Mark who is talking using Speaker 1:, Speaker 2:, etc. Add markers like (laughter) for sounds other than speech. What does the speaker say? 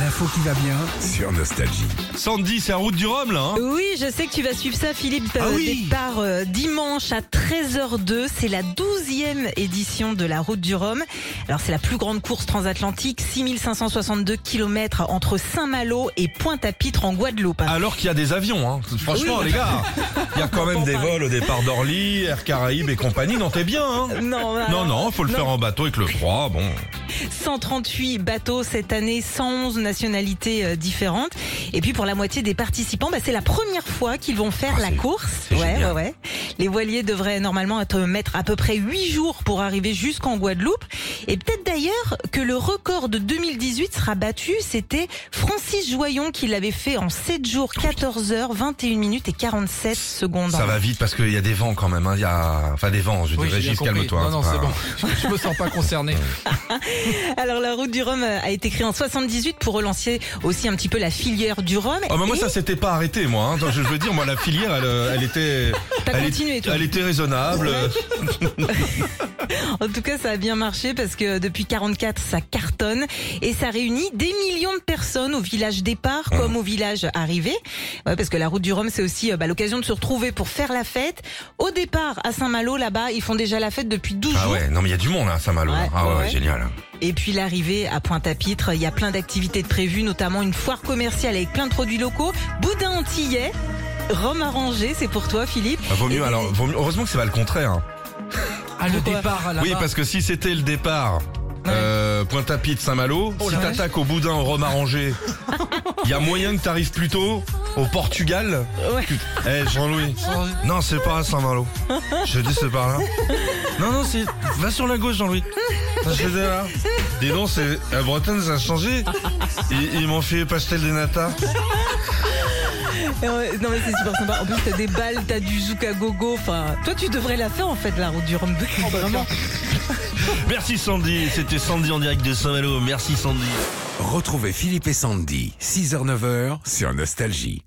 Speaker 1: l'info qui va bien sur Nostalgie.
Speaker 2: Sandy, c'est la route du Rhum là. hein
Speaker 3: Oui, je sais que tu vas suivre ça, Philippe.
Speaker 2: Ah
Speaker 3: Euh,
Speaker 2: oui.
Speaker 3: Départ euh, dimanche à 13h02. C'est la 12e édition de la Route du Rhum. Alors, c'est la plus grande course transatlantique, 6562 km entre Saint-Malo et Pointe-à-Pitre en Guadeloupe.
Speaker 2: Alors qu'il y a des avions, hein. franchement
Speaker 3: Oui.
Speaker 2: les gars, il y a quand même
Speaker 3: Pour
Speaker 2: des
Speaker 3: Paris.
Speaker 2: vols au départ d'Orly, Air Caraïbes et compagnie, non t'es bien hein
Speaker 3: Non, alors,
Speaker 2: Non, non, faut le
Speaker 3: Ah Non.
Speaker 2: faire en bateau avec le froid, bon.
Speaker 3: 138 bateaux cette année, 111 nationalités euh, différentes. Et puis pour la moitié des participants, bah, c'est la première fois qu'ils vont faire
Speaker 2: Ah,
Speaker 3: la
Speaker 2: c'est-
Speaker 3: course.
Speaker 2: c'est
Speaker 3: Ouais, ouais,
Speaker 2: génial.
Speaker 3: ouais. Les voiliers devraient normalement être, euh, mettre à peu près 8 jours pour arriver jusqu'en Guadeloupe. Et peut-être d'ailleurs que le record de 2018 sera battu. C'était Francis Joyon qui l'avait fait en 7 jours, 14 heures, 21 minutes et 47 secondes.
Speaker 2: Ah Ça va vite parce qu'il y a des vents quand même, hein. il y a... enfin des vents, je dis
Speaker 4: Oui, j'ai
Speaker 2: Régis,
Speaker 4: bien compris.
Speaker 2: calme-toi. hein,
Speaker 4: Non, non,
Speaker 2: c'est
Speaker 4: c'est
Speaker 2: pas-
Speaker 4: bon. Je, je me sens pas
Speaker 2: (laughs)
Speaker 4: concerné.
Speaker 3: Alors la route du Rhum euh, a été créée en 78 pour relancer aussi un petit peu la filière du Rhum.
Speaker 2: Ah bah moi
Speaker 3: Et-
Speaker 2: ça s'était pas arrêté moi, hein. Attends, je veux dire moi la filière elle, euh, elle était...
Speaker 3: T'as
Speaker 2: elle, est-
Speaker 3: continué, toi.
Speaker 2: elle était raisonnable.
Speaker 3: En tout cas, ça a bien marché parce que depuis 44, ça cartonne et ça réunit des millions de personnes au village départ comme au village arrivée. Ouais, parce que la route du Rhum, c'est aussi euh, bah, l'occasion de se retrouver pour faire la fête. Au départ, à Saint-Malo, là-bas, ils font déjà la fête depuis 12
Speaker 2: Ah
Speaker 3: jours.
Speaker 2: ouais, non mais il y a du monde hein, à Saint-Malo.
Speaker 3: Ouais,
Speaker 2: hein. ah ouais,
Speaker 3: ouais.
Speaker 2: génial.
Speaker 3: Et puis l'arrivée à Pointe-à-Pitre, il y a plein d'activités de prévues, notamment une foire commerciale avec plein de produits locaux, boudin antillais, rhum arrangé, c'est pour toi, Philippe.
Speaker 2: Ah, vaut
Speaker 3: Et-
Speaker 2: mieux alors, vaut mieux- heureusement que c'est pas le contraire. hein.
Speaker 4: Ah, le
Speaker 3: Pourquoi
Speaker 4: départ là-bas.
Speaker 2: Oui, parce que si c'était le départ, euh, Pointe-à-Pitre, Saint-Malo,
Speaker 4: Oh
Speaker 2: si
Speaker 4: la
Speaker 2: t'attaques au boudin, au
Speaker 4: (laughs)
Speaker 2: rhum arrangé, il y a moyen que t'arrives plus tôt au Portugal.
Speaker 3: Ouais.
Speaker 2: Tu- Eh, Jean-Louis.
Speaker 4: Oh,
Speaker 2: Non, c'est pas à Saint-Malo. Je dis c'est par là. Non, non, c'est. Va sur la gauche, Jean-Louis. Je dis là. Dis donc, c'est. La Bretagne, ça a changé. Ils, ils m'ont fait pastel des nata.
Speaker 3: Euh, non mais c'est super sympa. En plus t'as des balles, t'as du zouk à gogo. Enfin, toi tu devrais la faire en fait la route du Rhum. Vraiment.
Speaker 2: Merci Sandy. C'était Sandy en direct de Saint-Malo. Merci Sandy.
Speaker 1: Retrouvez Philippe et Sandy, 6h-9h sur Nostalgie.